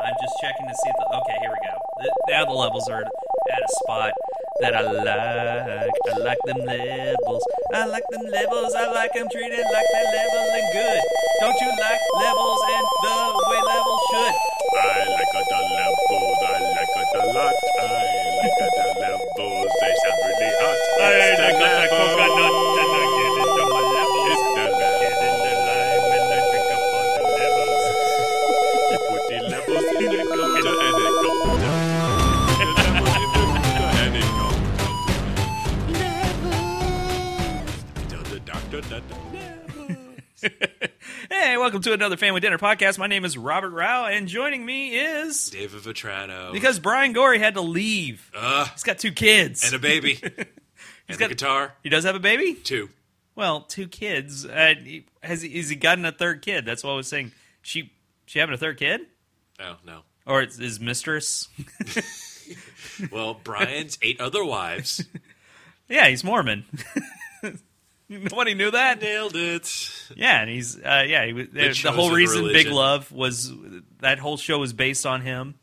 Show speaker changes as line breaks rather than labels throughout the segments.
I'm just checking to see if the. Okay, here we go. Th- Now the levels are at a spot that I like. I like them levels. I like them levels. I like them treated like they're level and good. Don't you like levels and the way levels should?
I like a Dalabos, I like a Dalat, I like a Dalabos, they sound really hot. I like a coconut, and I get it on my levels. It's the get in the lime, and I drink up on the levels. you put the levels in the coconut, and it comes down. The levels in the coconut, and it comes down to the levels. Tell the doctor that the levels.
Hey, welcome to another Family Dinner podcast. My name is Robert Rao, and joining me is
David Vitrano.
because Brian Gorey had to leave.
uh,
He's got two kids.
and a baby. and
got-
a guitar.
he does have a baby.
Two.
Well, two kids. Uh, he- has he, is he gotten a third kid? That's what I was saying. She she having a third kid,
Oh no.
or is his mistress?
Well, Brian's eight other wives
Yeah, he's Mormon. Nobody knew that.
nailed it.
Yeah, and he's uh, yeah. He, was- the, the
chosen
whole reason Big
religion.
Love was that whole show was based on him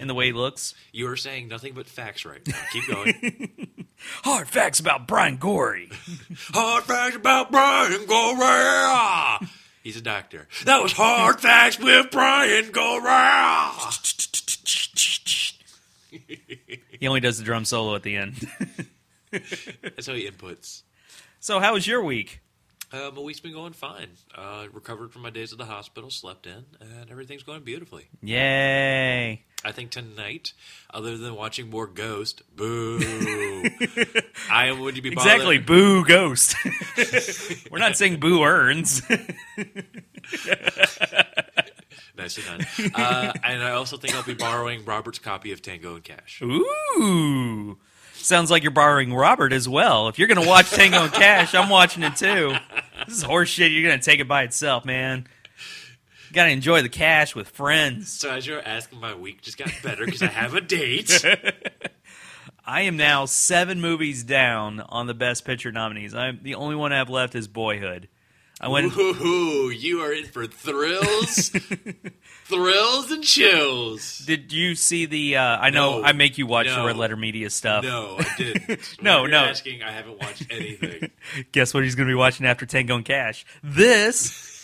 and the way he looks.
You are saying nothing but facts right now. Keep going.
Hard facts about Brian Gorey.
hard facts about Brian Gorilla. He's a doctor. That was hard facts with Brian Gorilla.
he only does the drum solo at the end.
That's how he inputs.
so, how was your week?
Uh, my week's been going fine. Uh, recovered from my days at the hospital, slept in, and everything's going beautifully.
Yay!
I think tonight, other than watching more Ghost, boo, I am going to be bothered.
Exactly, boo ghost. We're not saying boo earns.
Nicely done. Uh, and I also think I'll be borrowing Robert's copy of Tango and Cash.
Ooh. Sounds like you're borrowing Robert as well. If you're going to watch Tango and Cash, I'm watching it too. This is horse shit. You're going to take it by itself, man. Got to enjoy the cash with friends.
So as you're asking, my week just got better because I have a date.
I am now seven movies down on the Best Picture nominees. I'm the only one I have left is Boyhood. I went.
Ooh, you are in for thrills, thrills and chills.
Did you see the? Uh, I know
No.
I make you watch the
No.
Red Letter Media stuff.
No, I didn't.
No,
When
no.
You're asking, I haven't watched anything.
guess what he's going to be watching after Tango and Cash? This.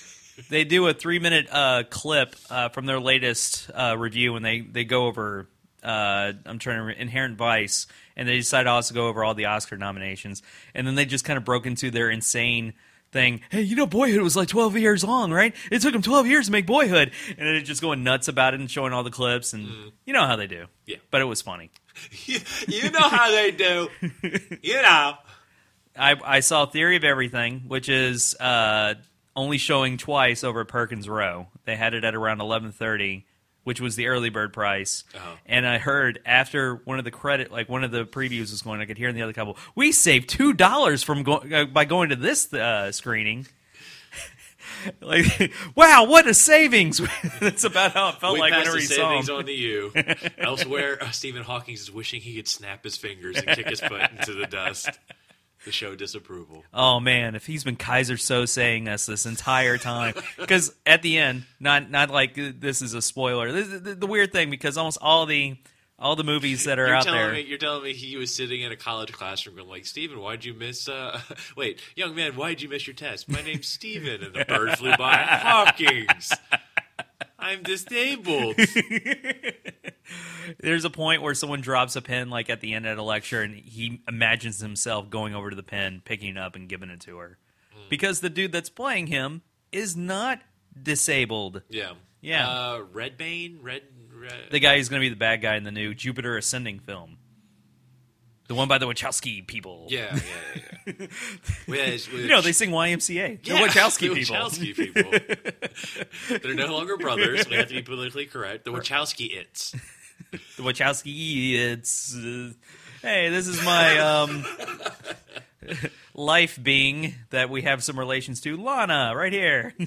they do a three minute uh, clip uh, from their latest uh, review, and they they go over. Uh, I'm trying to re- Inherent Vice, and they decide to also go over all the Oscar nominations, and then they just kind of broke into their insane thing. Hey, you know, Boyhood was like 12 years long, right? It took them 12 years to make Boyhood, and then just going nuts about it and showing all the clips, and you know how they do.
Yeah.
but it was funny.
you, you know how they do. You know.
I, I saw Theory of Everything, which is uh, only showing twice over at Perkins Row. They had it at around eleven thirty, which was the early bird price.
Oh.
And I heard after one of the credit, like one of the previews was going, I could hear in the other couple, we saved two dollars from go- uh, by going to this uh, screening. like, wow, what a savings! That's about how it felt
we
like
passed
whenever
the
you saw
savings
him.
on to you. Elsewhere, uh, Stephen Hawking is wishing he could snap his fingers and kick his foot into the dust to show disapproval.
Oh man, if he's been Kaiser so saying us this entire time, because at the end, not not like uh, this is a spoiler. This, the, the weird thing because almost all the all the movies that are
You're
out
telling
there,
me you're telling me he was sitting in a college classroom going like, Steven, why'd you miss uh wait, young man, why'd you miss your test? My name's Steven and the bird flew by Hawkins. I'm disabled.
there's a point where someone drops a pen like at the end at a lecture, and he imagines himself going over to the pen, picking it up, and giving it to her,
Hmm.
because the dude that's playing him is not disabled.
Yeah.
Yeah.
Uh Redbane, Red Red
The guy who's going to be the bad guy in the new Jupiter Ascending film, the one by the Wachowski people.
Yeah, yeah, yeah. yeah. With- with-
You know, they sing YMCA.
Yeah,
They're Wachowski
the
people.
Wachowski people. They're no longer brothers. We have to be politically correct. The Wachowski it's.
The Wachowski, it's. Uh, hey, this is my um, life being that we have some relations to. Lana, right here.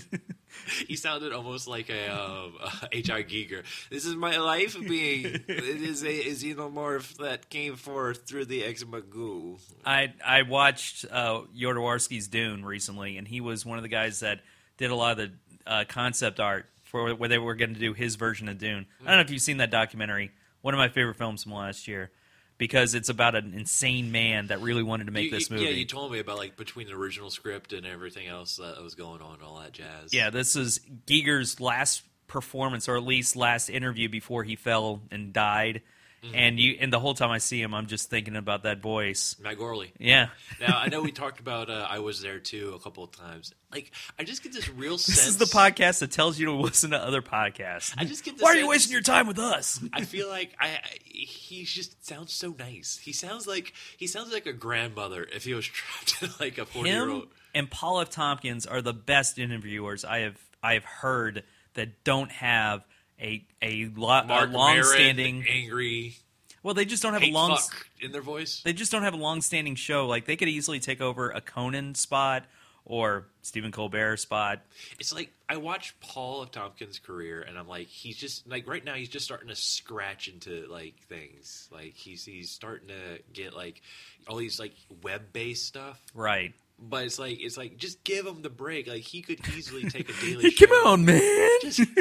He sounded almost like a um, H.R. Giger. This is my life being. It is a xenomorph that came forth through the eczema goo.
I I watched uh, Yodowarski's Dune recently, and he was one of the guys that did a lot of the uh, concept art where, where they were going to do his version of Dune. I don't know if you've seen that documentary. One of my favorite films from last year because it's about an insane man that really wanted to make
You-
this
you-
movie.
Yeah, you told me about like between the original script and everything else that was going on, all that jazz.
Yeah, this is Giger's last performance, or at least last interview before he fell and died.
Mm-hmm.
And you, and the whole time I see him, I'm just thinking about that voice.
Matt Gorley.
Yeah,
Now I know we talked about uh, I was there too a couple of times. Like I just get this real sense.
this is the podcast that tells you to listen to other podcasts.
I just get the
Why are you
sense-
wasting your time with us?
I feel like I, I he just sounds so nice. He sounds like he sounds like a grandmother if he was trapped in like a forty year
Him
old.
and Paul F. Tompkins are the best interviewers I have I have heard that don't have a a, lo- a
Mark
long
Maron,
standing.
angry,
Well, they just don't have a
hate
long.
fuck in their voice.
they just don't have a long-standing show. Like they could easily take over a Conan spot or Stephen Colbert spot.
It's like I watch Paul of Tompkins' career, and I'm like, he's just like right now, he's just starting to scratch into like things. Like he's he's starting to get like all these like web based stuff.
Right.
But it's like it's like just give him the break. Like he could easily take a daily.
Hey,
show.
come on, man.
Just-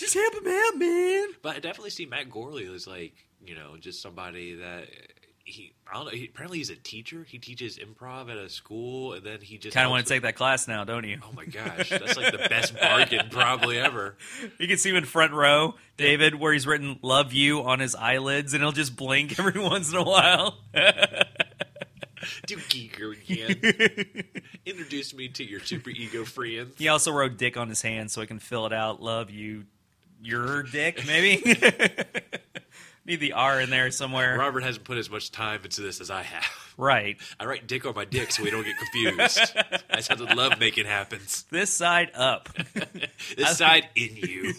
Just, just help him out, man.
But I definitely see Matt Gorley as like you know just somebody that he I don't know. He, apparently he's a teacher. He teaches improv at a school, and then he just
Kind of
helps
want to take
with-
that class now, don't you?
Oh my gosh, that's like the best bargain probably ever.
You can see him in front row, David, where he's written "Love You" on his eyelids, and he'll just blink every once in a while.
Do Giger again. Introduce me to your super ego friend.
he also wrote "Dick" on his hand so I can fill it out. Love you, your dick, maybe. Need the R in there somewhere.
Robert hasn't put as much time into this as I have.
Right.
I write dick on my dick so we don't get confused. That's how the love making happens.
This side up.
This side in you.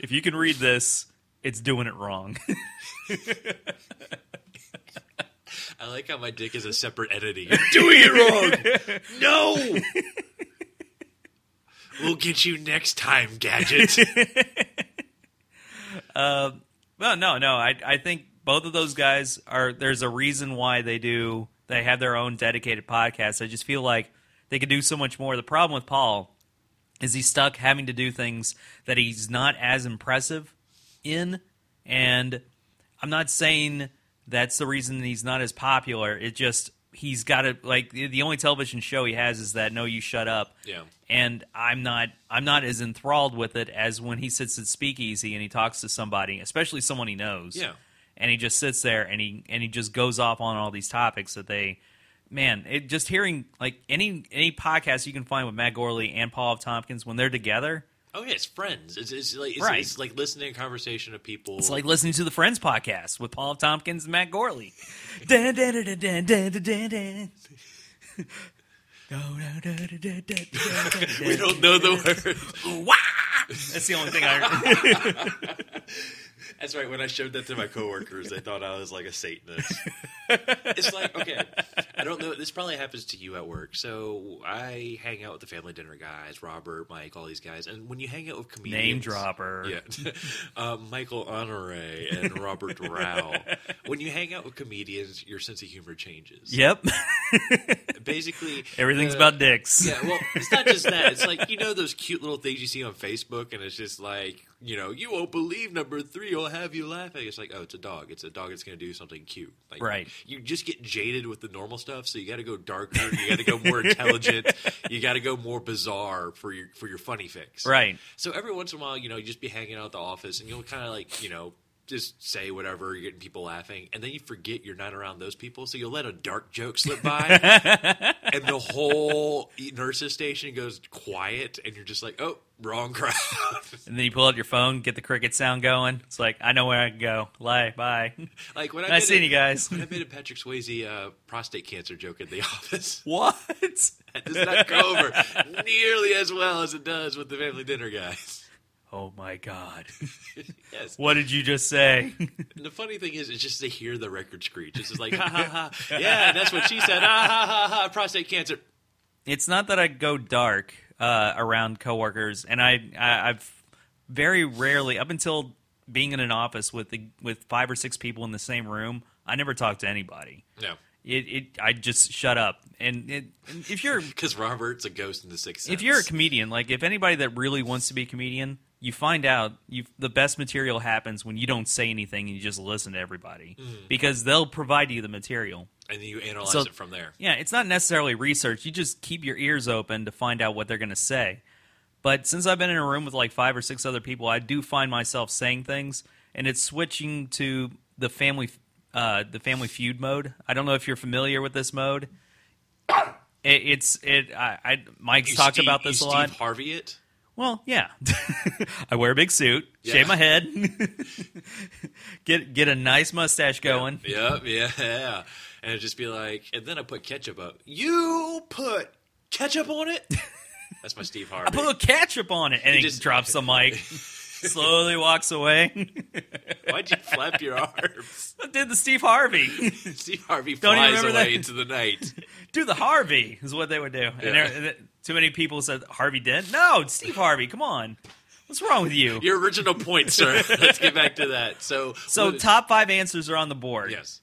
if you can read this, it's doing it wrong.
I like how my dick is a separate entity. You're doing it wrong. No. We'll get you next time, gadget.
well, no, no. I I think both of those guys are. There's a reason why they do. They have their own dedicated podcast. I just feel like they could do so much more. The problem with Paul is he's stuck having to do things that he's not as impressive in, and I'm not saying that's the reason he's not as popular. It just he's got to like the the only television show he has is that No You Shut Up.
Yeah.
and I'm not I'm not as enthralled with it as when he sits at Speakeasy and he talks to somebody, especially someone he knows.
Yeah.
and he just sits there and he and he just goes off on all these topics that they. Man, it, just hearing like any any podcast you can find with Matt Gorley and Paul F. Tompkins when they're together,
Oh yeah, it's friends. It's, it's like it's,
Right.
it's like listening to a conversation of people.
It's like listening to the Friends podcast with Paul Tompkins and Matt Gorley. Dun, dun, dun, dun, dun, dun, dun, dun. Dun, dun, dun, dun, dun, dun, dun, dun.
we don't know the word.
Wah! That's the only thing I.
That's right. When I showed that to my coworkers, they thought I was like a Satanist. it's like okay, I don't know. This probably happens to you at work. So I hang out with the family dinner guys, Robert, Mike, all these guys. And when you hang out with comedians,
Name dropper.
yeah, uh, Michael Honore and Robert Rao. When you hang out with comedians, your sense of humor changes.
Yep.
basically
Everything's
uh,
about dicks.
yeah, well, it's not just that. It's like you know those cute little things you see on Facebook, and it's just like you know you won't believe number three will have you laughing. It's like oh, it's a dog. It's a dog that's going to do something cute. Like,
Right.
You just get jaded with the normal stuff, so you got to go darker. You got to go more intelligent. You got to go more bizarre for your for your funny fix.
Right.
So every once in a while, you know, you just be hanging out at the office, and you'll kind of like you know. Just say whatever, you're getting people laughing, and then you forget you're not around those people, so you'll let a dark joke slip by, and the whole e, nurses station goes quiet, and you're just like, oh, wrong crowd.
And then you pull out your phone, get the cricket sound going. It's like I know where I can go. Lie. Bye.
like when I
Nice
made
seeing
a-
you guys.
When I made a Patrick Swayze uh, prostate cancer joke in the office,
What?
that does not go over nearly as well as it does with the family dinner guys.
Oh my god.
Yes.
What did you just say?
And the funny thing is, it's just to hear the record screech. It's just like, ha ha ha. Yeah, that's what she said. Ah, ha ha ha. Prostate cancer.
it's not that I go dark uh, around coworkers, and I, I I've very rarely up until being in an office with the, with five or six people in the same room, I never talk to anybody.
No.
it, it I just shut up. And, it, and if you're
Because Robert's a ghost in the sixth sense.
if you're a comedian, like if anybody that really wants to be a comedian, you find out you the best material happens when you don't say anything and you just listen to everybody
Mm.
because they'll provide you the material.
and then you analyze
So-
it from there.
Yeah, it's not necessarily research. You just keep your ears open to find out what they're going to say. But since I've been in a room with like five or six other people, I do find myself saying things, and it's switching to the family, uh, the family feud mode. I don't know if you're familiar with this mode. It, it's it. I, I Mike's
You
talked
Steve-
about
you
this a
Steve
lot.
Harvey, it.
Well, yeah. I wear a big suit,
Yeah.
shave my head, get get a nice mustache going.
Yep, yeah, yeah. And it'd just be like, and then I put ketchup up. You put ketchup on it? That's my Steve Harvey.
Put ketchup on it, and
You
he
just-
just drops the mic. Slowly walks away.
Why'd you flap your arms?
I did the Steve Harvey.
Steve Harvey
Don't even
flies
remember
away
that.
into the night.
do the Harvey is what they would do. And
Yeah.
there- th- too many people said Harvey did. No, it's Steve Harvey. Come on, what's wrong with you?
Your original point, sir. Let's get back to that. So,
so
what-
top five answers are on the board.
Yes.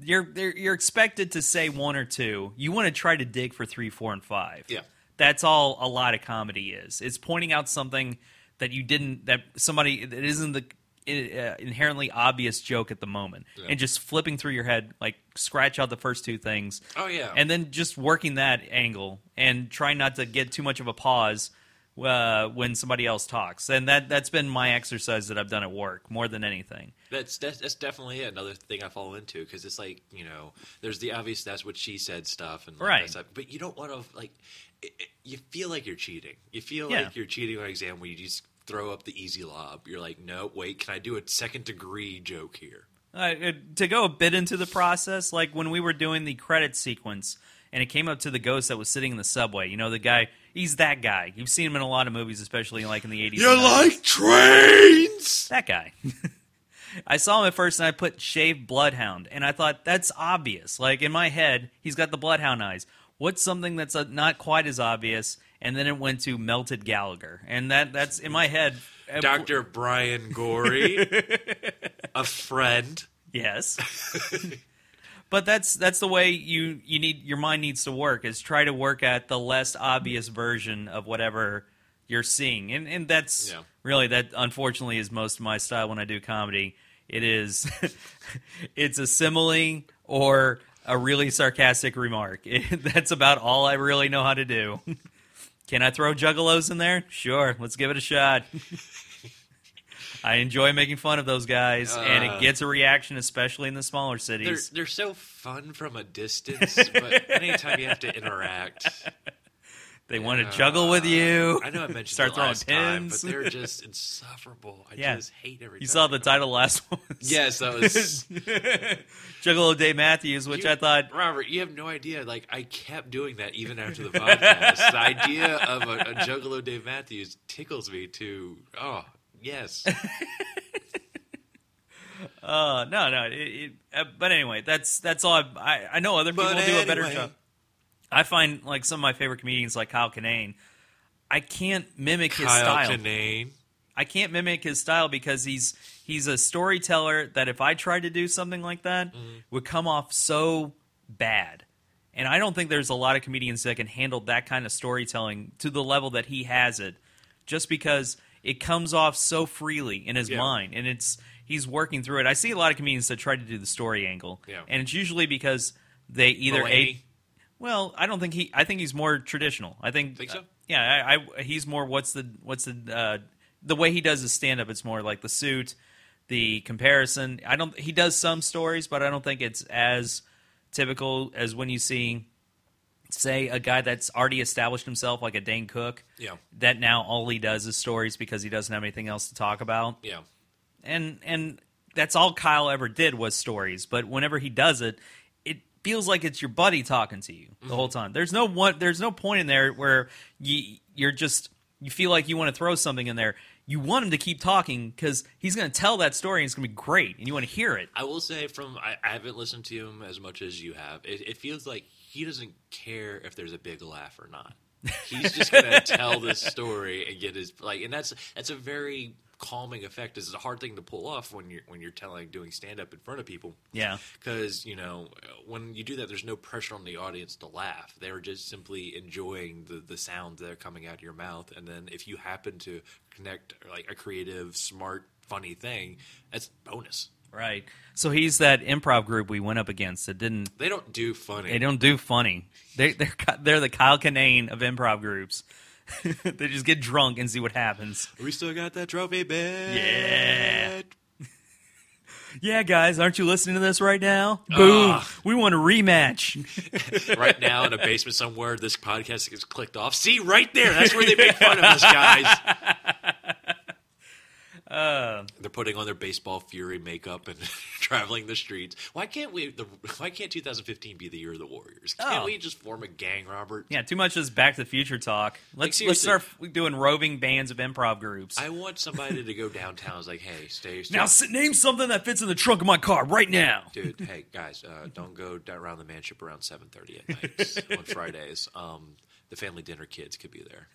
you're they're- you're expected to say one or two. You want to try to dig for three, four, and five.
Yeah.
that's all a lot of comedy is. It's pointing out something that you didn't that somebody that isn't the uh, inherently obvious joke at the moment, and just flipping through your head like scratch out the first two things.
Oh, yeah.
and then just working that angle and trying not to get too much of a pause. Uh, when somebody else talks, and that that's been my exercise that I've done at work more than anything.
That's that's, that's definitely another thing I fall into because it's like you know, there's the obvious that's what she said stuff and like that
Right.
stuff, but you don't want to like, it, it- you feel like you're cheating. You feel
Yeah.
like you're cheating on an exam when you just throw up the easy lob. You're like, no, wait, can I do a second degree joke here?
Uh, it- to go a bit into the process, like when we were doing the credit sequence and it came up to the ghost that was sitting in the subway, you know, the guy, he's that guy. You've seen him in a lot of movies, especially like in the 80s. and 90s.
trains.
That guy. I saw him at first and I put shaved bloodhound and I thought that's obvious. Like in my head, he's got the bloodhound eyes. What's something that's uh, not quite as obvious? And then it went to melted Gallagher. And that that's in my head.
Doctor Brian Gorey, a friend.
Yes. but that's that's the way you you need your mind needs to work is try to work at the less obvious version of whatever you're seeing. And and that's
Yeah.
really that unfortunately is most of my style when I do comedy. It is it's a simile or a really sarcastic remark. It, that's about all I really know how to do. Can I throw juggalos in there? Sure, let's give it a shot. I enjoy making fun of those guys, and
Uh.
it gets a reaction, especially in the smaller
They're
cities.
they're so fun from a distance, but anytime you have to interact,
They want to juggle with you.
Uh, I know I mentioned
Start
it
throwing
last time, but
pins.
they're just insufferable. I
Yeah.
just hate everything.
You saw the title last one.
Yes, that was
Juggalo Dave Matthews, which
You-
I thought
Robert. You have no idea. Like I kept doing that even after the podcast. the idea of a, a Juggalo Dave Matthews tickles me to oh yes,
Uh, no, no. It, it, uh, but anyway, that's that's all. I I, I know other people
But
do a better
anyway.
job. I find like some of my favorite comedians, like Kyle Kinane. I can't mimic his
Kyle
style.
Kinane.
I can't mimic his style because he's he's a storyteller that if I tried to do something like that,
Mm-hmm.
would come off so bad. And I don't think there's a lot of comedians that can handle that kind of storytelling to the level that he has it, just because it comes off so freely in his
Yeah.
mind, and it's he's working through it. I see a lot of comedians that try to do the story angle,
Yeah.
and it's usually because they either
Mulaney?
a well, I don't think he. I think he's more traditional. I think.
Think so?
uh, yeah, I, I he's more. What's the what's the uh, the way he does his stand up? It's more like the suit, the comparison. I don't. He does some stories, but I don't think it's as typical as when you see, say, a guy that's already established himself, like a Dane Cook.
Yeah.
That now all he does is stories because he doesn't have anything else to talk about
Yeah,
and and that's all Kyle ever did was stories. But whenever he does it, it feels like it's your buddy talking to you the whole time. There's no one. There's no point in there where you you're just you feel like you want to throw something in there. You want him to keep talking because he's going to tell that story and it's going to be great, and you want to hear it.
I will say from I, I haven't listened to him as much as you have. It, it feels like he doesn't care if there's a big laugh or not. He's just gonna tell this story and get his like, and that's that's a very calming effect is a hard thing to pull off when you're when you're telling doing stand up in front of people
Yeah.
because you know when you do that there's no pressure on the audience to laugh they're just simply enjoying the the sounds that are coming out of your mouth and then if you happen to connect like a creative smart funny thing that's bonus
Right. So he's that improv group we went up against that didn't
they don't do funny
they don't do funny. They they're ki- they're the Kyle Kinane of improv groups. they just get drunk and see what happens.
we still got that trophy bed
Yeah. Yeah, guys, aren't you listening to this right now? Boom.
Ugh.
We want a rematch.
right now in a basement somewhere this podcast gets clicked off see right there that's where they make fun of us guys
Um.
They're putting on their baseball fury makeup and traveling the streets. Why can't we? The, why can't 2015 be the year of the Warriors? Can't
Oh.
we just form a gang, Robert?
yeah, too much is Back to the Future talk. Let's let's
seriously.
start f- doing roving bands of improv groups.
I want somebody to go downtown. It's like, hey, stay, stay
now s- name something that fits in the trunk of my car right now.
dude. Hey, guys, uh, don't go down around the manship around 7:30 at nights on Fridays. Um, the family dinner kids could be there.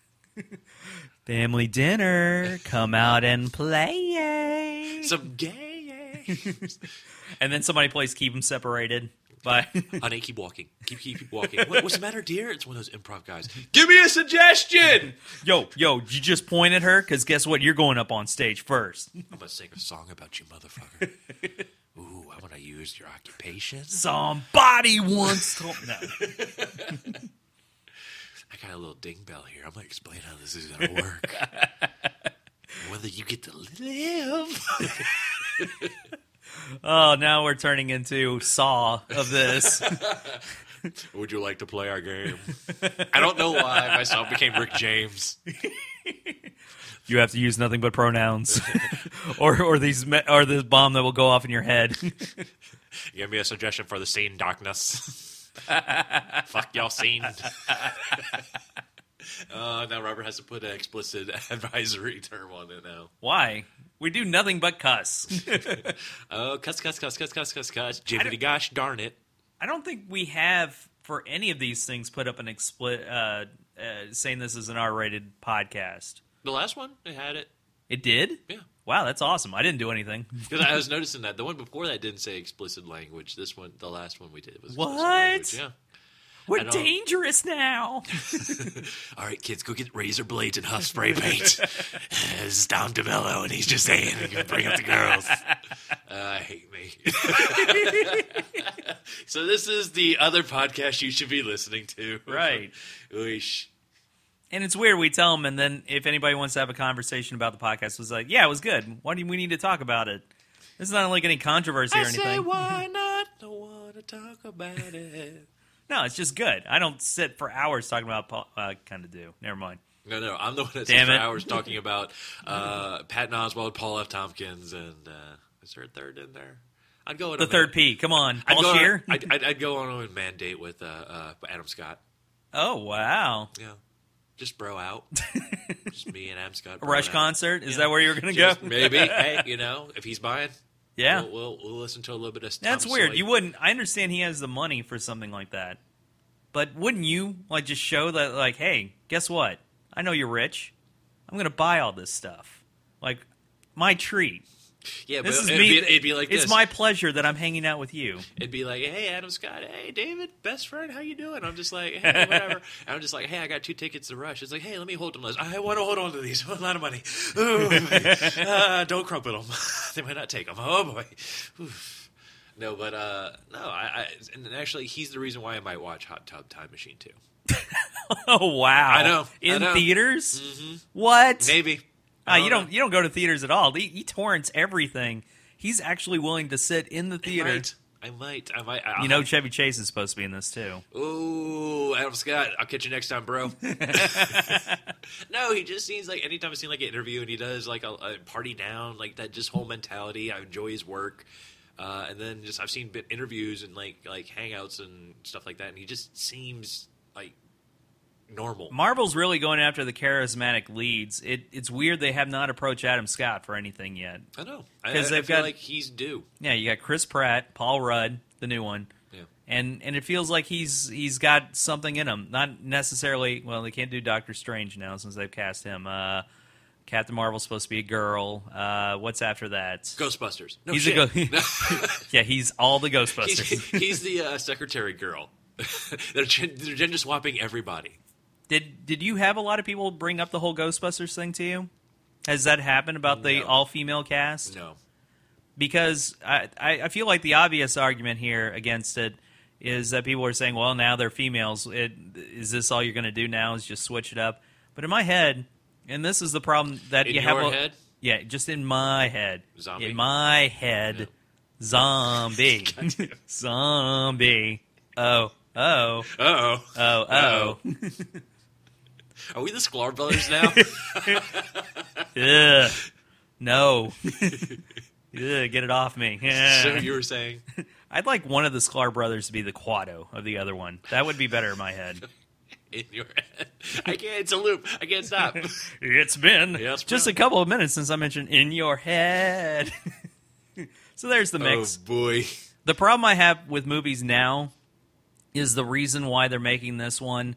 Family dinner, come out and play.
Some gay,
And then somebody plays Keep Them Separated by
honey, keep walking, keep keep, keep walking. What, what's the matter, dear? It's one of those improv guys. Give me a suggestion.
Yo, yo, you just point at her because guess what? You're going up on stage first.
I'm gonna sing a song about you, motherfucker. Ooh, I want to use your occupation.
Somebody once told no.
I got a little ding bell here. I'm gonna explain how this is gonna work. Whether you get to live.
Oh, now we're turning into Saw of this.
Would you like to play our game? I don't know why myself became Rick James.
you have to use nothing but pronouns, or or these me- or this bomb that will go off in your head.
Give me a suggestion for the scene, darkness. Fuck y'all scene. uh, now Robert has to put an explicit advisory term on it now.
Why? We do nothing but cuss.
Oh, cuss, cuss, cuss, cuss, cuss, cuss, cuss. Jibbity gosh darn it.
I don't think we have for any of these things put up an explicit uh, uh, saying this is an R-rated podcast.
The last one, it had it.
It did.
Yeah.
Wow, that's awesome. I didn't do anything.
Because I was noticing that the one before that didn't say explicit language. This one, the last one we did was
What?
Explicit language. Yeah.
We're
don't-
dangerous now.
All right, kids, go get razor blades and huff spray paint. it's Tom DeMello, and he's just saying, "You can bring up the girls." Uh, hate me. so this is the other podcast you should be listening to,
Right.
Oosh.
And it's weird. We tell them, and then if anybody wants to have a conversation about the podcast, was like, "Yeah, it was good. Why do we need to talk about it? It's not like any controversy or
I
anything. Mm-hmm.
say, why not? Don't want to talk about it.
no, it's just good. I don't sit for hours talking about. Po- uh, kind of do. Never mind.
No, no, I'm the one that's
Damn
for
it.
hours talking about uh, Patton Oswald, Paul F. Tompkins, and uh, is there a third in there? I'd go with
The third P. Come on,
I'd
Paul
go, on-
Shear.
I'd, I'd, I'd go on a mandate with uh, uh, Adam Scott.
oh wow,
Yeah, just bro out. just me and Adam Scott.
a
bro
Rush
out.
concert. Is
Yeah.
that where you're gonna
Just
go?
Maybe. hey, you know, if he's buying,
Yeah,
we'll, we'll, we'll listen to a little bit of.
that's
Thomas
weird.
Lloyd.
You wouldn't. I understand he has the money for something like that, but wouldn't you like just show that? Like, hey, guess what? I know you're rich. I'm gonna buy all this stuff. Like my treat.
yeah,
This
but
is
it'd,
me.
Be, it'd be like
it's
this.
my pleasure that I'm hanging out with you.
It'd be like, hey, Adam Scott, hey, David, best friend, how you doing? I'm just like, hey, whatever. I'm just like, hey, I got two tickets to Rush. It's like, hey, let me hold them. I want to hold on to these. A lot of money. Ooh, uh, don't crumple them. they might not take them. Oh boy. Oof. No, but uh, no, I, I and actually, he's the reason why I might watch Hot Tub Time Machine too.
Oh wow!
I know, I
In
know. Mm-hmm.
theaters, what?
Maybe.
Ah,
I
you don't
know.
you don't go to theaters at all. He, he torrents everything. He's actually willing to sit in the
I
theater.
might. I might. I might. I,
You know, Chevy Chase is supposed to be in this too.
Ooh, Adam Scott, I'll catch you next time, bro. no, he just seems like anytime I've seen like an interview and he does like a, a party down, like that just whole mentality. I enjoy his work. Uh, and then just I've seen bit interviews and like like hangouts and stuff like that, and he just seems like normal.
Marvel's really going after the charismatic leads. It, it's weird they have not approached Adam Scott for anything yet.
I know because
'Cause
I, I
they've
feel
got-
like he's due.
Yeah, you got Chris Pratt, Paul Rudd, the new one,
Yeah,
and and it feels like he's he's got something in him. Not necessarily. Well, they can't do Doctor Strange now since they've cast him. Uh, Captain Marvel's supposed to be a girl. Uh, what's after that?
Ghostbusters. No
He's a
shit.
go- yeah, he's all the
he's,
Ghostbusters.
he's the uh, secretary girl. they're, gen- they're gender swapping everybody.
did Did you have a lot of people bring up the whole Ghostbusters thing to you? Has that happened about the
No.
all female cast?
No.
Because I, I I feel like the obvious argument here against it is that people are saying, well, now they're females. It, is this all you're going to do now? Is just switch it up? But in my head, and this is the problem that
In
you
your
have. a-
head?
Yeah, just in my head.
Zombie?
In my head,
Yeah.
zombie, zombie. Oh, oh,
Uh oh.
oh, oh.
Are we the Sklar brothers now?
Ugh. No. Ugh, get it off me.
so
Yeah.
you were saying?
I'd like one of the Sklar brothers to be the Quado of the other one. That would be better in my head.
In your head. I can't. It's a loop. I can't stop. Oh,
It's been
Yes,
just
ma'am.
a couple of minutes since I mentioned in your head. so there's the mix.
Oh boy.
The problem I have with movies now is the reason why they're making this one,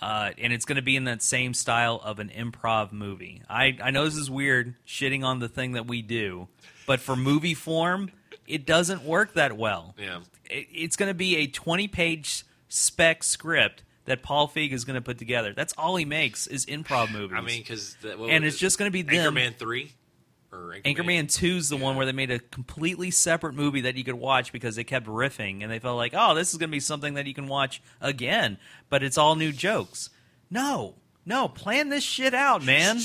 uh, and it's going to be in that same style of an improv movie. I, I know this is weird, shitting on the thing that we do, but for movie form, it doesn't work that well.
Yeah.
It, it's going to be a 20 page spec script that Paul Feig is going to put together. That's all he makes is improv movies.
I mean, because
and it's just going to be them.
Anchorman three or Anchorman.
Anchorman Two's the one where they made a completely separate movie that you could watch because they kept riffing and they felt like, oh, this is going to be something that you can watch again, but it's all new jokes. No, no, plan this shit out, man.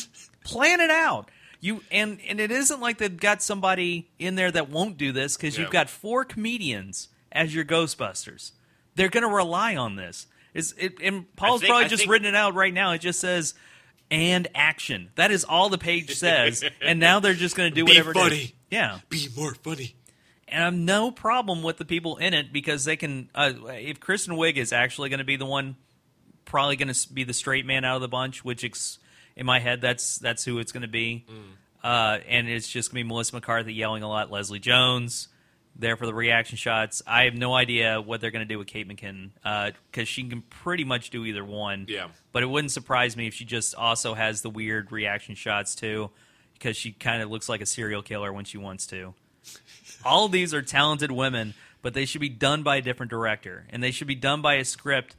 plan it out. You and and it isn't like they've got somebody in there that won't do this because
Yeah.
you've got four comedians as your Ghostbusters. They're going to rely on this. Is it? And Paul's
think-
probably
I
just
think-
written it out right now. It just says. And action. That is all the page says. And now they're just going to do
Be
whatever. it is.
funny.
Yeah,
Be more funny.
and I've no problem with the people in it because they can. Uh, if Kristen Wiig is actually going to be the one, probably going to be the straight man out of the bunch, which ex- in my head that's that's who it's going to be. Uh, and it's just going to be Melissa McCarthy yelling a lot, Leslie Jones there for the reaction shots. I have no idea what they're going to do with Kate McKinnon because she can pretty much do either one.
Yeah.
but it wouldn't surprise me if she just also has the weird reaction shots too. Because she kind of looks like a serial killer when she wants to all of these are talented women, but they should be done by a different director, and they should be done by a script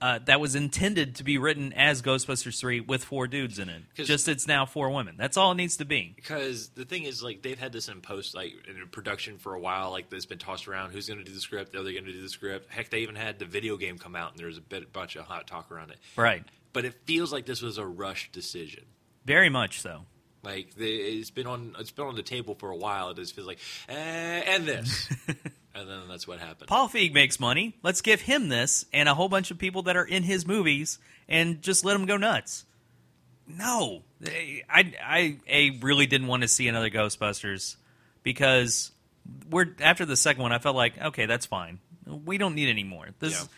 uh, that was intended to be written as Ghostbusters three with four dudes in it.
'Cause-
Just it's now four women. That's all it needs to be.
Because the thing is, like they've had this in post, like in production for a while. Like it's been tossed around. Who's going to do the script? Are they going to do the script? Heck, they even had the video game come out, and there was a bit, bunch of hot talk around it.
Right.
But it feels like this was a rush decision.
Very much so.
Like they, it's been on, it's been on the table for a while. It just feels like, eh, and this, and then that's what happened.
Paul Feig makes money. Let's give him this and a whole bunch of people that are in his movies and just let them go nuts. No, I, I, I really didn't want to see another Ghostbusters because we're after the second one. I felt like okay, that's fine. We don't need any more. This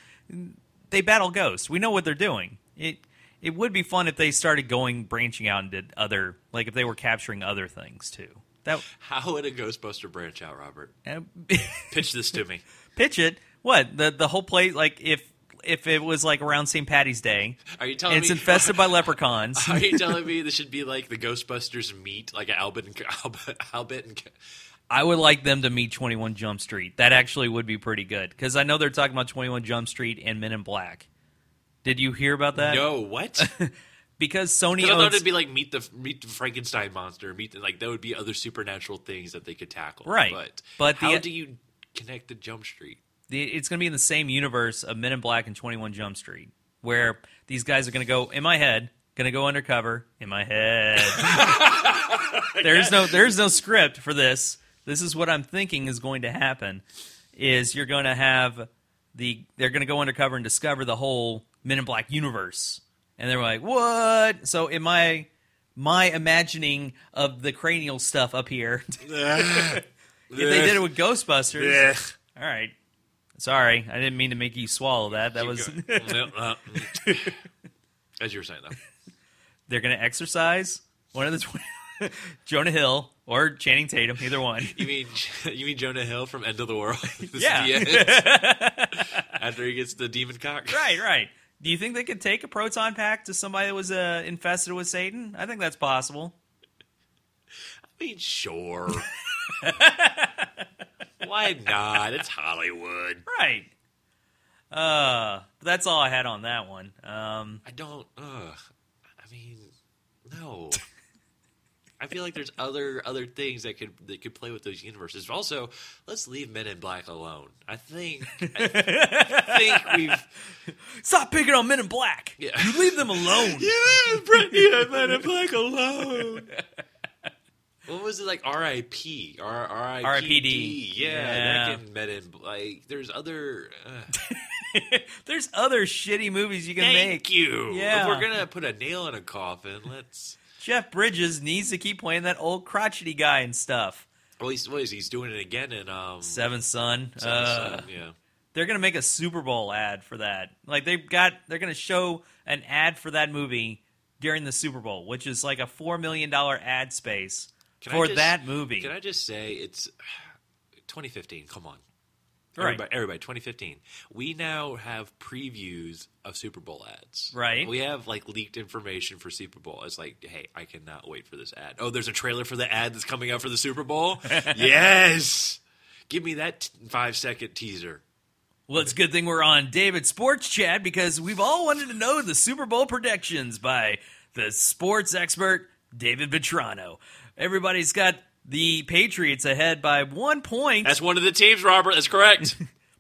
they battle ghosts. We know what they're doing. It it would be fun if they started going branching out and did other like if they were capturing other things too. That
How would a Ghostbuster branch out, Robert? Pitch this to me.
pitch it. What the the whole place? Like if if it was like around St. Patty's Day,
Are you telling
and it's
me
infested by leprechauns.
Are you telling me this should be like the Ghostbusters meet, like Albert and Albert, Albert and
I would like them to meet Twenty One Jump Street. That actually would be pretty good because I know they're talking about Twenty One Jump Street and Men in Black. Did you hear about that?
No, what?
Because Sony
I thought
owns
it'd be like meet the meet the Frankenstein monster, meet the, like there would be other supernatural things that they could tackle.
Right.
but
But
how
the-
do you connect the Jump Street?
the, it's going to be in the same universe of Men in Black and 21 Jump Street, where these guys are going to go in my head, going to go undercover in my head. there's no there's no script for this. This is what I'm thinking is going to happen is you're going to have the they're going to go undercover and discover the whole Men in Black universe. And they're like, "What?" So in my my imagining of the cranial stuff up here, if they did it with Ghostbusters, all right. Sorry, I didn't mean to make you swallow that. That was
No, uh, mm. as you were saying though.
they're going to exercise one of the tw- Jonah Hill or Channing Tatum, either one.
You mean you mean Jonah Hill from End of the World? This is
Yeah.
the end. After he gets the demon cock,
right, right. Do you think they could take a proton pack to somebody that was uh, infested with Satan? I think that's possible.
I mean, sure. Why not? It's Hollywood.
Right. Uh, but that's all I had on that one. Um,
I don't. Ugh. I mean, no. I feel like there's other other things that could that could play with those universes. Also, let's leave Men in Black alone. I think I think we've
stop picking on Men in Black.
Yeah.
You leave them alone.
yeah, Brittany and Men in Black alone. What was it like? R.I.P. R- R.I.P.D.
R.I.P.D..
Yeah,
Yeah.
that can Men in like. There's other. Uh,
There's other shitty movies you can
thank
make.
you.
Yeah.
If we're gonna put a nail in a coffin, let's.
Jeff Bridges needs to keep playing that old crotchety guy and stuff.
Well, he's what is he? he's doing it again in um
Seven Son.
Seven
uh,
Son, yeah.
They're gonna make a Super Bowl ad for that. Like they've got, they're gonna show an ad for that movie during the Super Bowl, which is like a four million dollar ad space
Can I
for
just-
that movie.
Can I just say it's 2015? Come on,
Right.
everybody, everybody, 2015. We now have previews of Super Bowl ads.
Right.
We have like leaked information for Super Bowl. It's like, hey, I cannot wait for this ad. Oh, there's a trailer for the ad that's coming out for the Super Bowl. yes, give me that t- five second teaser.
Well, it's a good thing we're on David Sports Chat because we've all wanted to know the Super Bowl predictions by the sports expert David Vitrano. Everybody's got the Patriots ahead by one point,
That's one of the teams, Robert. That's correct.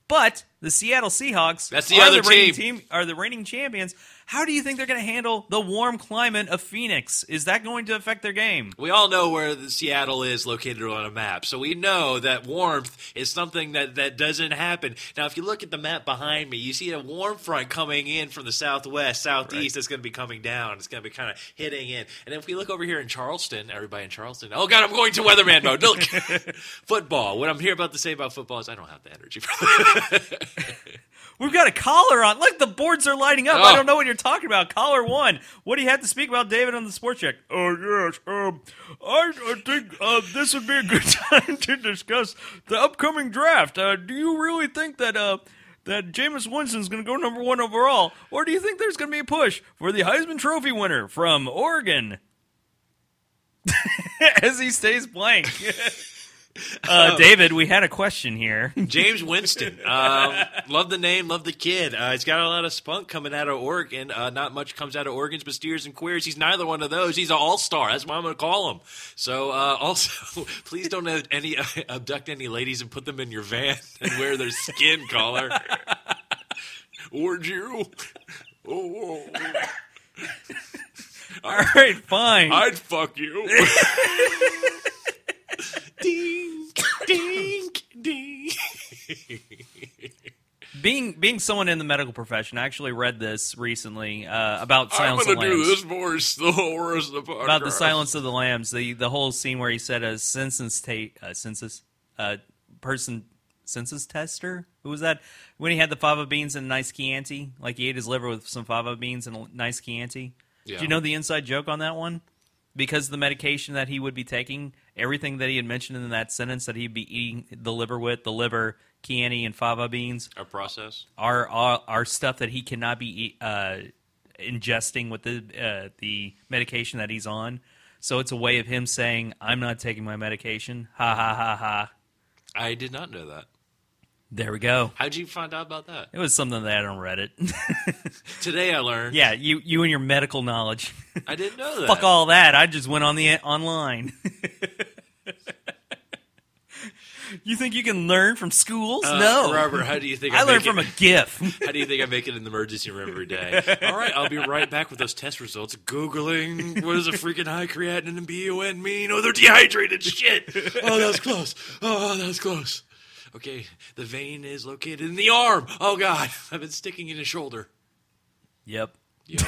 but the Seattle Seahawks
That's the
are
other
the reigning
team.
are the reigning champions. How do you think they're going to handle the warm climate of Phoenix? Is that going to affect their game?
We all know where the Seattle is located on a map, so we know that warmth is something that, that doesn't happen. Now, if you look at the map behind me, you see a warm front coming in from the southwest, southeast. It's going to be coming down. It's going to be kind of hitting in. And if we look over here in Charleston, everybody in Charleston, oh god, I'm going to weatherman mode. Look, football. What I'm here about to say about football is I don't have the energy. for that.
We've got a caller on. Look, the boards are lighting up. I
Oh.
don't know what you're talking about. Caller one. What do you have to speak about, David, on the sports check? Oh, yes. Um, I, I think uh, this would be a good time to discuss the upcoming draft. Uh, do you really think that uh, that Jameis Winston's going to go number one overall? Or do you think there's going to be a push for the Heisman Trophy winner from Oregon? As he stays blank. uh, David, we had a question here.
James Winston. Um, love the name, love the kid. Uh, he's got a lot of spunk coming out of Oregon. Uh, not much comes out of Oregon's Steers and Queers. He's neither one of those. He's an all star. That's what I'm going to call him. So, uh, also, please don't have any abduct any ladies and put them in your van and wear their skin color. or Jew. Oh,
All right, fine.
I'd fuck you. dink, dink, dink.
being being someone in the medical profession, I actually read this recently uh, about
I'm
Silence
gonna
of the Lambs.
do this voice the whole rest of the podcast.
about the Silence of the Lambs, the the whole scene where he said a census ta- uh, census uh, person census tester who was that when he had the fava beans and a nice Chianti, like he ate his liver with some fava beans and a nice Chianti. Do
Yeah.
you know the inside joke on that one? Because the medication that he would be taking, everything that he had mentioned in that sentence that he'd be eating the liver with, the liver, Chianti, and fava beans,
a process.
are are, are stuff that he cannot be uh, ingesting with the uh, the medication that he's on. So it's a way of him saying, "I'm not taking my medication." Ha ha ha ha.
I did not know that.
There we go.
How'd you find out about that?
It was something that I on Reddit.
Today I learned.
yeah, you you and your medical knowledge.
I didn't know that.
Fuck all that. I just went on the online. you think you can learn from schools?
Uh,
no.
Robert. How do you think I,
I learned
make
from a
it?
GIF.
How do you think I make it in the emergency room every day? All right, I'll be right back with those test results. Googling what does a freaking high creatinine and BUN mean? Oh, they're dehydrated. Shit. Oh, that was close. Oh, that was close. Okay, the vein is located in the arm. Oh God, I've been sticking in his shoulder.
yep.
Yep.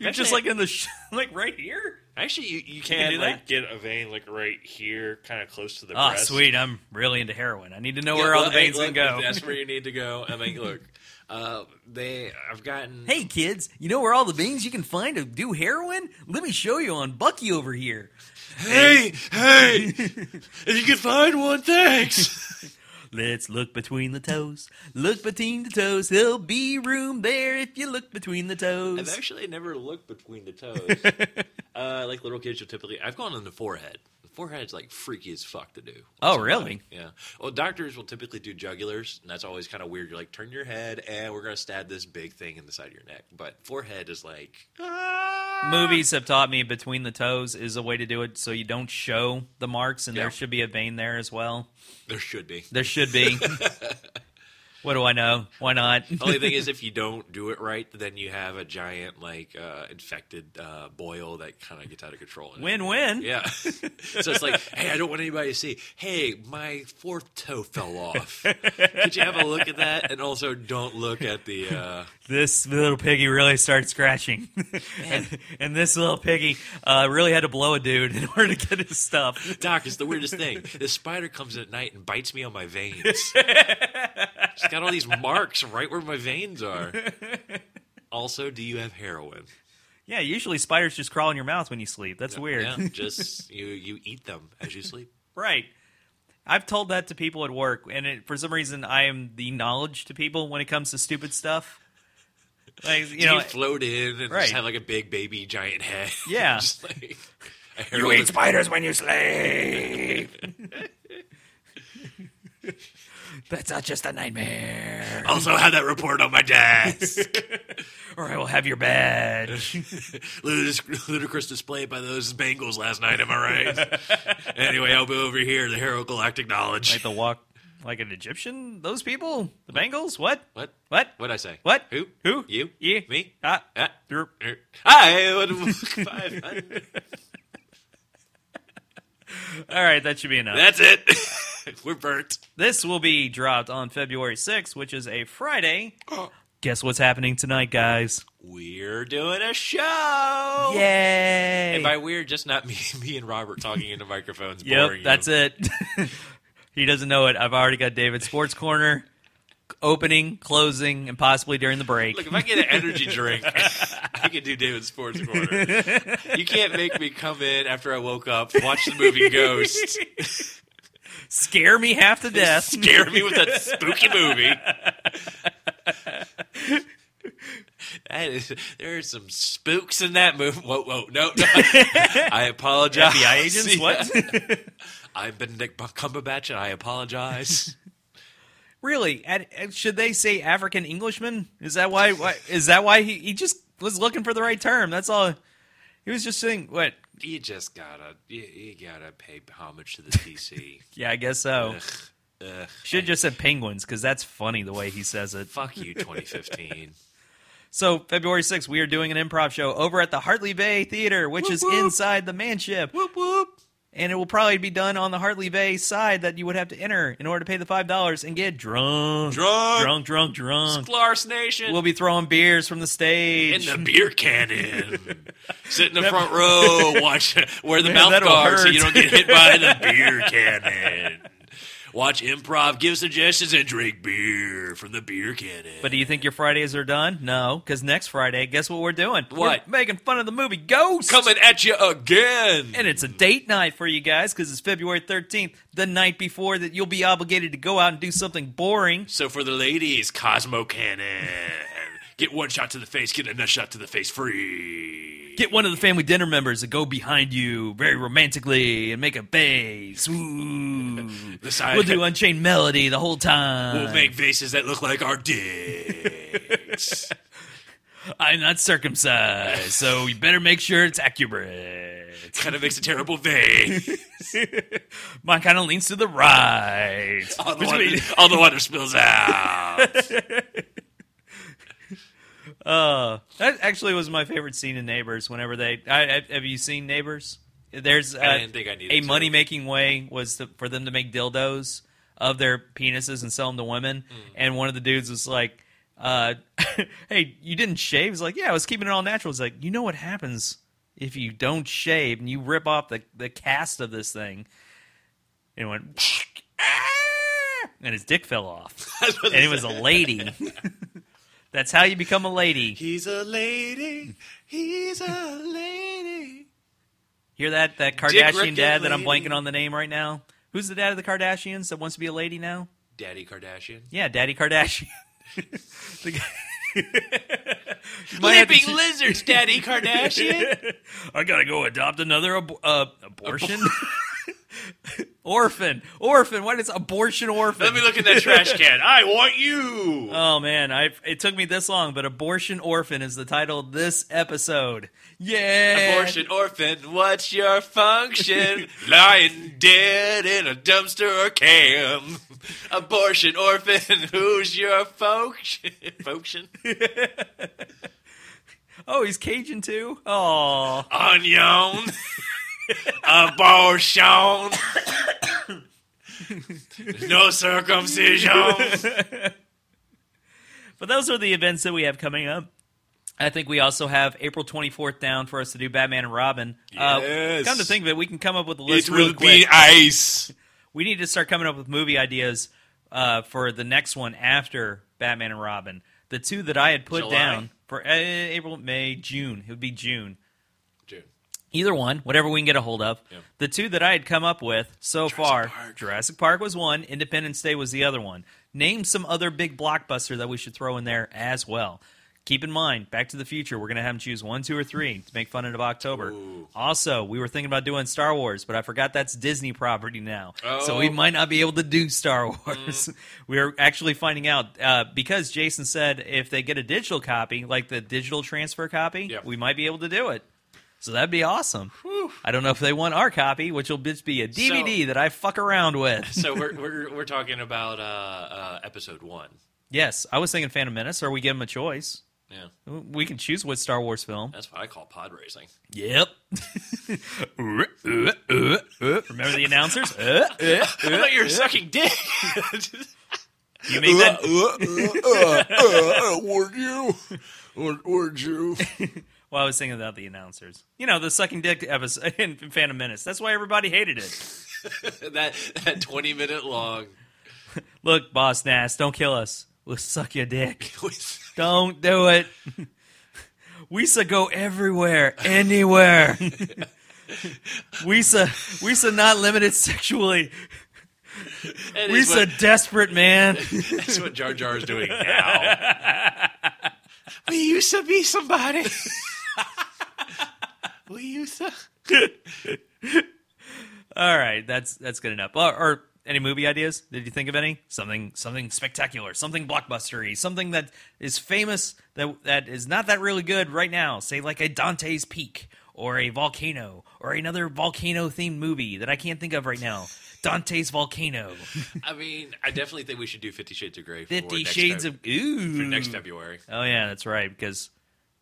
You're just like in the sh- like right here.
Actually, you, you
can
can,
do
like get a vein like right here, kind of close to the
Ah,
breast.
sweet. I'm really into heroin. I need to know
Yeah,
where all
well,
the veins
hey,
can
look,
go.
if That's where you need to go. I mean, look, uh, they. I've gotten.
Hey, kids, you know where all the veins you can find to do heroin? Let me show you on Bucky over here.
hey, hey! if you can find one, thanks.
Let's look between the toes. Look between the toes. There'll be room there if you look between the
I've
toes.
actually never looked between the toes. uh, like little kids, you'll typically. I've gone on the forehead. The forehead's like freaky as fuck to do.
Oh, really?
Yeah. Well, doctors will typically do jugulars, and that's always kind of weird. You're like, turn your head, and we're gonna stab this big thing in the side of your neck. But forehead is like, ah!
Movies have taught me between the toes is a way to do it so you don't show the marks, and
Yeah.
there should be a vein there as well.
There should be.
There should be. what do I know? Why not?
Only thing is, if you don't do it right, then you have a giant like uh, infected uh, boil that kind of gets out of control. And-
Win win.
Yeah. so it's like, hey, I don't want anybody to see. Hey, my fourth toe fell off. Could you have a look at that? And also, don't look at the. Uh,
This little piggy really started scratching. and, and this little piggy uh, really had to blow a dude in order to get his stuff.
Doc, it's the weirdest thing. This spider comes at night and bites me on my veins. She's got all these marks right where my veins are. Also, do you have heroin?
Yeah, usually spiders just crawl in your mouth when you sleep. That's weird.
Yeah, just you you eat them as you sleep.
Right. I've told that to people at work, and it, for some reason, I am the knowledge to people when it comes to stupid stuff. Like you
You,
know,
you float in and
Right.
just have like a big baby giant head.
Yeah.
Just like a heroin
spiders when you sleep. That's not just a nightmare.
Also have that report on my desk.
Or I will have your badge.
ludicrous, ludicrous display by those Bengals last night, am I right? anyway, I'll be over here, the Hero Galactic Knowledge.
like the walk, like an Egyptian. Those people, the Bengals. What?
what?
What?
What'd I say?
What?
Who?
Who?
You?
You?
Me?
Ah.
Ah.
derp.
er, Hi! What, five, hun-
All right, that should be enough.
that's it. We're burnt.
This will be dropped on February 6th, which is a Friday. Guess what's happening tonight, guys?
We're doing a show!
Yay!
And by weird, just not me, me and Robert talking into microphones.
yep, that's it. he doesn't know it. I've already got David Sports Corner opening, closing, and possibly during the break.
Look, if I get an energy drink, I can do David Sports Corner. You can't make me come in after I woke up, watch the movie Ghost,
Scare me half to death.
scare me with that spooky movie. That is, there are some spooks in that movie. Whoa, whoa, no, no. I apologize.
FBI agents,
Yeah.
what?
I'm Benedict Cumberbatch, and I apologize.
really? And- and should they say African Englishman? Is that why? why is that why he, he just was looking for the right term? That's all. He was just saying, what?
You just gotta, you, you gotta pay homage to the DC.
Yeah, I guess so.
Ugh, ugh.
Should just said penguins because that's funny the way he says it.
Fuck you, 2015.
So February 6th, we are doing an improv show over at the Hartley Bay Theater, which is
Whoop, whoop.
inside the manship,
whoop whoop.
and it will probably be done on the Hartley Bay side that you would have to enter in order to pay the five dollars and get drunk,
Drunk.
drunk, drunk, drunk.
Sklars Nation.
We'll be throwing beers from the
in
stage.
the beer cannon. Sit in the front row, watch wear the
Man,
mouth
that'll
guard so
hurt.
you don't get hit by the beer cannon. Watch improv, give suggestions, and drink beer from the beer cannon.
but do you think your Fridays are done? No, because next Friday, guess what we're doing?
What?
We're making fun of the movie Ghost.
coming at you again.
And it's a date night for you guys because it's February 13th, the night before that you'll be obligated to go out and do something boring.
so for the ladies, Cosmo Cannon. Get one shot to the face, get another shot to the face free.
Get one of the family dinner members to go behind you very romantically and make a face. Ooh.
The side
we'll do Unchained Melody the whole time.
We'll make faces that look like our dicks.
I'm not circumcised, so you better make sure it's accurate.
kind of makes a terrible vein.
Mine kind of leans to the right.
All the, water, all the water spills out.
Uh, that actually was my favorite scene in Neighbors. Whenever they, I, I, have you seen Neighbors? There's uh,
didn't think I needed
a
to.
money making way was to, for them to make dildos of their penises and sell them to women.
Mm.
And one of the dudes was like, uh, "Hey, you didn't shave?" He's like, "Yeah, I was keeping it all natural." He's like, "You know what happens if you don't shave and you rip off the the cast of this thing?" And it went, "Ah!" and his dick fell off, and it was a lady. That's how you become a lady.
He's a lady. He's a lady.
Hear that? That Kardashian
Rick and
dad that I'm
Lady.
blanking on the name right now. Who's the dad of the Kardashians that wants to be a lady now?
Daddy Kardashian.
Yeah, Daddy Kardashian. The guy- Might have to ch-
Leaping lizards, Daddy Kardashian.
I gotta go adopt another ab- uh, abortion. orphan, orphan. Why does abortion orphan?
Let me look in that trash can. I want you.
Oh man, I it took me this long, but abortion orphan is the title of this episode. Yeah,
Abortion orphan, what's your function? Lying dead in a dumpster or cam. Abortion orphan, who's your function? Function?
Oh, he's Cajun too. Oh,
Onion. Abortion. no
Uh,
circumcision.
but those are the events that we have coming up. I think we also have April 24th down for us to do Batman and Robin. Uh,
Yes.
come to think of it, we can come up with a list
It
real
will
quick.
be ice.
we need to start coming up with movie ideas uh, for the next one after Batman and Robin. The two that I had put
July?
down for uh, April, May, June. It would be June.
Dude,
Either one, whatever we can get a hold of.
Yeah.
The two that I had come up with so far,
Park.
Jurassic Park was one, Independence Day was the other one. Name some other big blockbuster that we should throw in there as well. Keep in mind, Back to the Future, we're going to have them choose one, two, or three to make fun of October.
Ooh.
Also, we were thinking about doing Star Wars, but I forgot that's Disney property now. So we
Oh. Mm.
might not be able to do Star Wars. we are actually finding out uh, because Jason said if they get a digital copy, like the digital transfer copy,
Yep.
we might be able to do it. So that'd be awesome. I don't know if they want our copy, which will just be a DVD
So-
that I fuck around with.
So we're, we're, we're talking about uh, uh, episode one.
yes, I was thinking Phantom Menace, or we give them a choice.
Yeah,
We can choose what Star Wars film.
that's what I call pod racing.
Yep. Remember the announcers? Uh, uh.
I thought you were sucking dick.
you make that
Warn you. Warn you.
Well, I was thinking about the announcers. You know, the sucking dick episode in Phantom Menace. That's why everybody hated it.
that that twenty minute long.
Look, Boss Nass, don't kill us. We'll suck your dick.
With,
Don't do it. We should go everywhere, anywhere. We should, we should not limited sexually.
that
We
is
should
what,
desperate, man.
that's what Jar Jar is doing now. we used to be somebody. we used to.
All right, that's that's good enough. Or, or any movie ideas? Did you think of any? Something something spectacular, something blockbustery, something that is famous that that is not that really good right now. Say like a Dante's Peak or a volcano or another volcano themed movie that I can't think of right now. Dante's Volcano,
I mean, I definitely think we should do Fifty Shades of Grey. For
Fifty
next
Shades
Feb-
of Ooh.
for next February.
Oh yeah, that's right because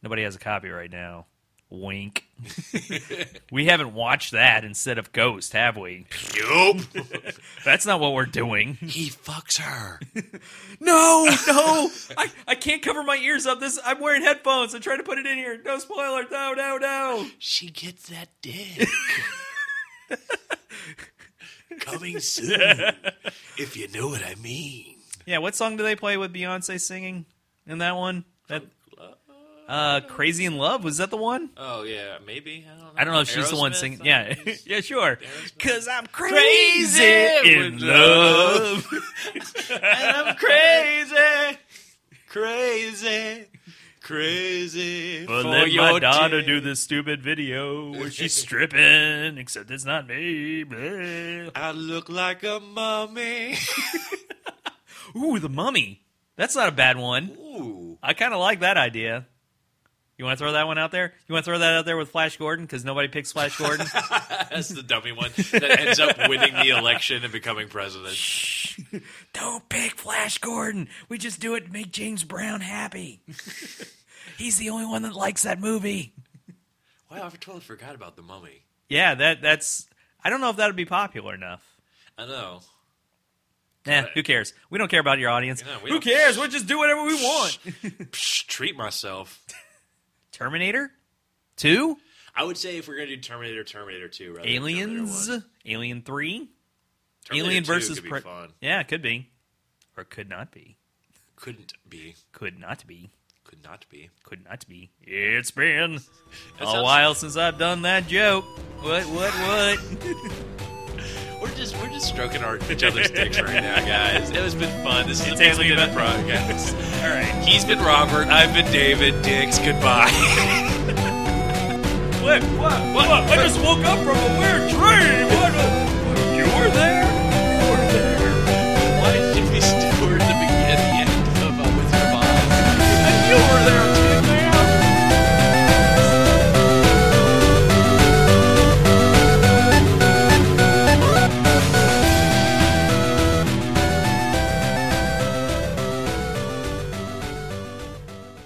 nobody has a copy right now. Wink. we haven't watched that instead of Ghost, have we?
Nope.
That's not what we're doing.
he fucks her.
No, Oh, no, I, I can't cover my ears up. This I'm wearing headphones. I'm trying to put it in here. No spoiler. No, no, no.
She gets that dick. Coming soon, if you know what I mean.
Yeah, what song do they play with Beyonce singing in that one? That uh, "Crazy in Love" was that the one?
Oh yeah, maybe. I don't know.
I don't know if she's the one
Aerosmith,
singing.
I
Yeah,
guess.
yeah, sure.
Aerosmith?
Cause I'm
Crazy
crazy in
with
love.
and I'm crazy, crazy, crazy
But
for
let
your
my daughter
dick.
do this stupid video where she's stripping, except it's not me. Blah.
I look like a mummy.
Ooh, the mummy. That's not a bad one.
Ooh,
I kind of like that idea. You want to throw that one out there? You want to throw that out there with Flash Gordon because nobody picks Flash Gordon.
that's the dummy one that ends up winning the election and becoming president.
Shh. Don't pick Flash Gordon. We just do it to make James Brown happy. He's the only one that likes that movie.
Wow, I totally forgot about the mummy.
Yeah, that that's. I don't know if that would be popular enough.
I know.
Eh, who cares? We don't care about your audience.
Yeah, we
who
don't-
cares? We'll just do whatever we want.
Psh, treat myself.
Terminator, two,
I would say if we're gonna do Terminator, Terminator Two, rather than
Aliens,
Terminator 1.
Alien three,
Terminator
Alien
2
versus
could be
Pre-
fun.
Yeah, it could be, or it could not be.
Couldn't be.
Could not be.
Could not be.
Could not be. It's been a
sounds-
while since I've done that joke. What? What? What?
We're just we're just stroking our each other's dicks right now, guys. It has been fun. This is a
takes
family
me
dinner podcast.
All right.
He's been Robert. I've been David. Dicks. Goodbye.
What? What? What? I just woke up from a weird dream. What? You were there?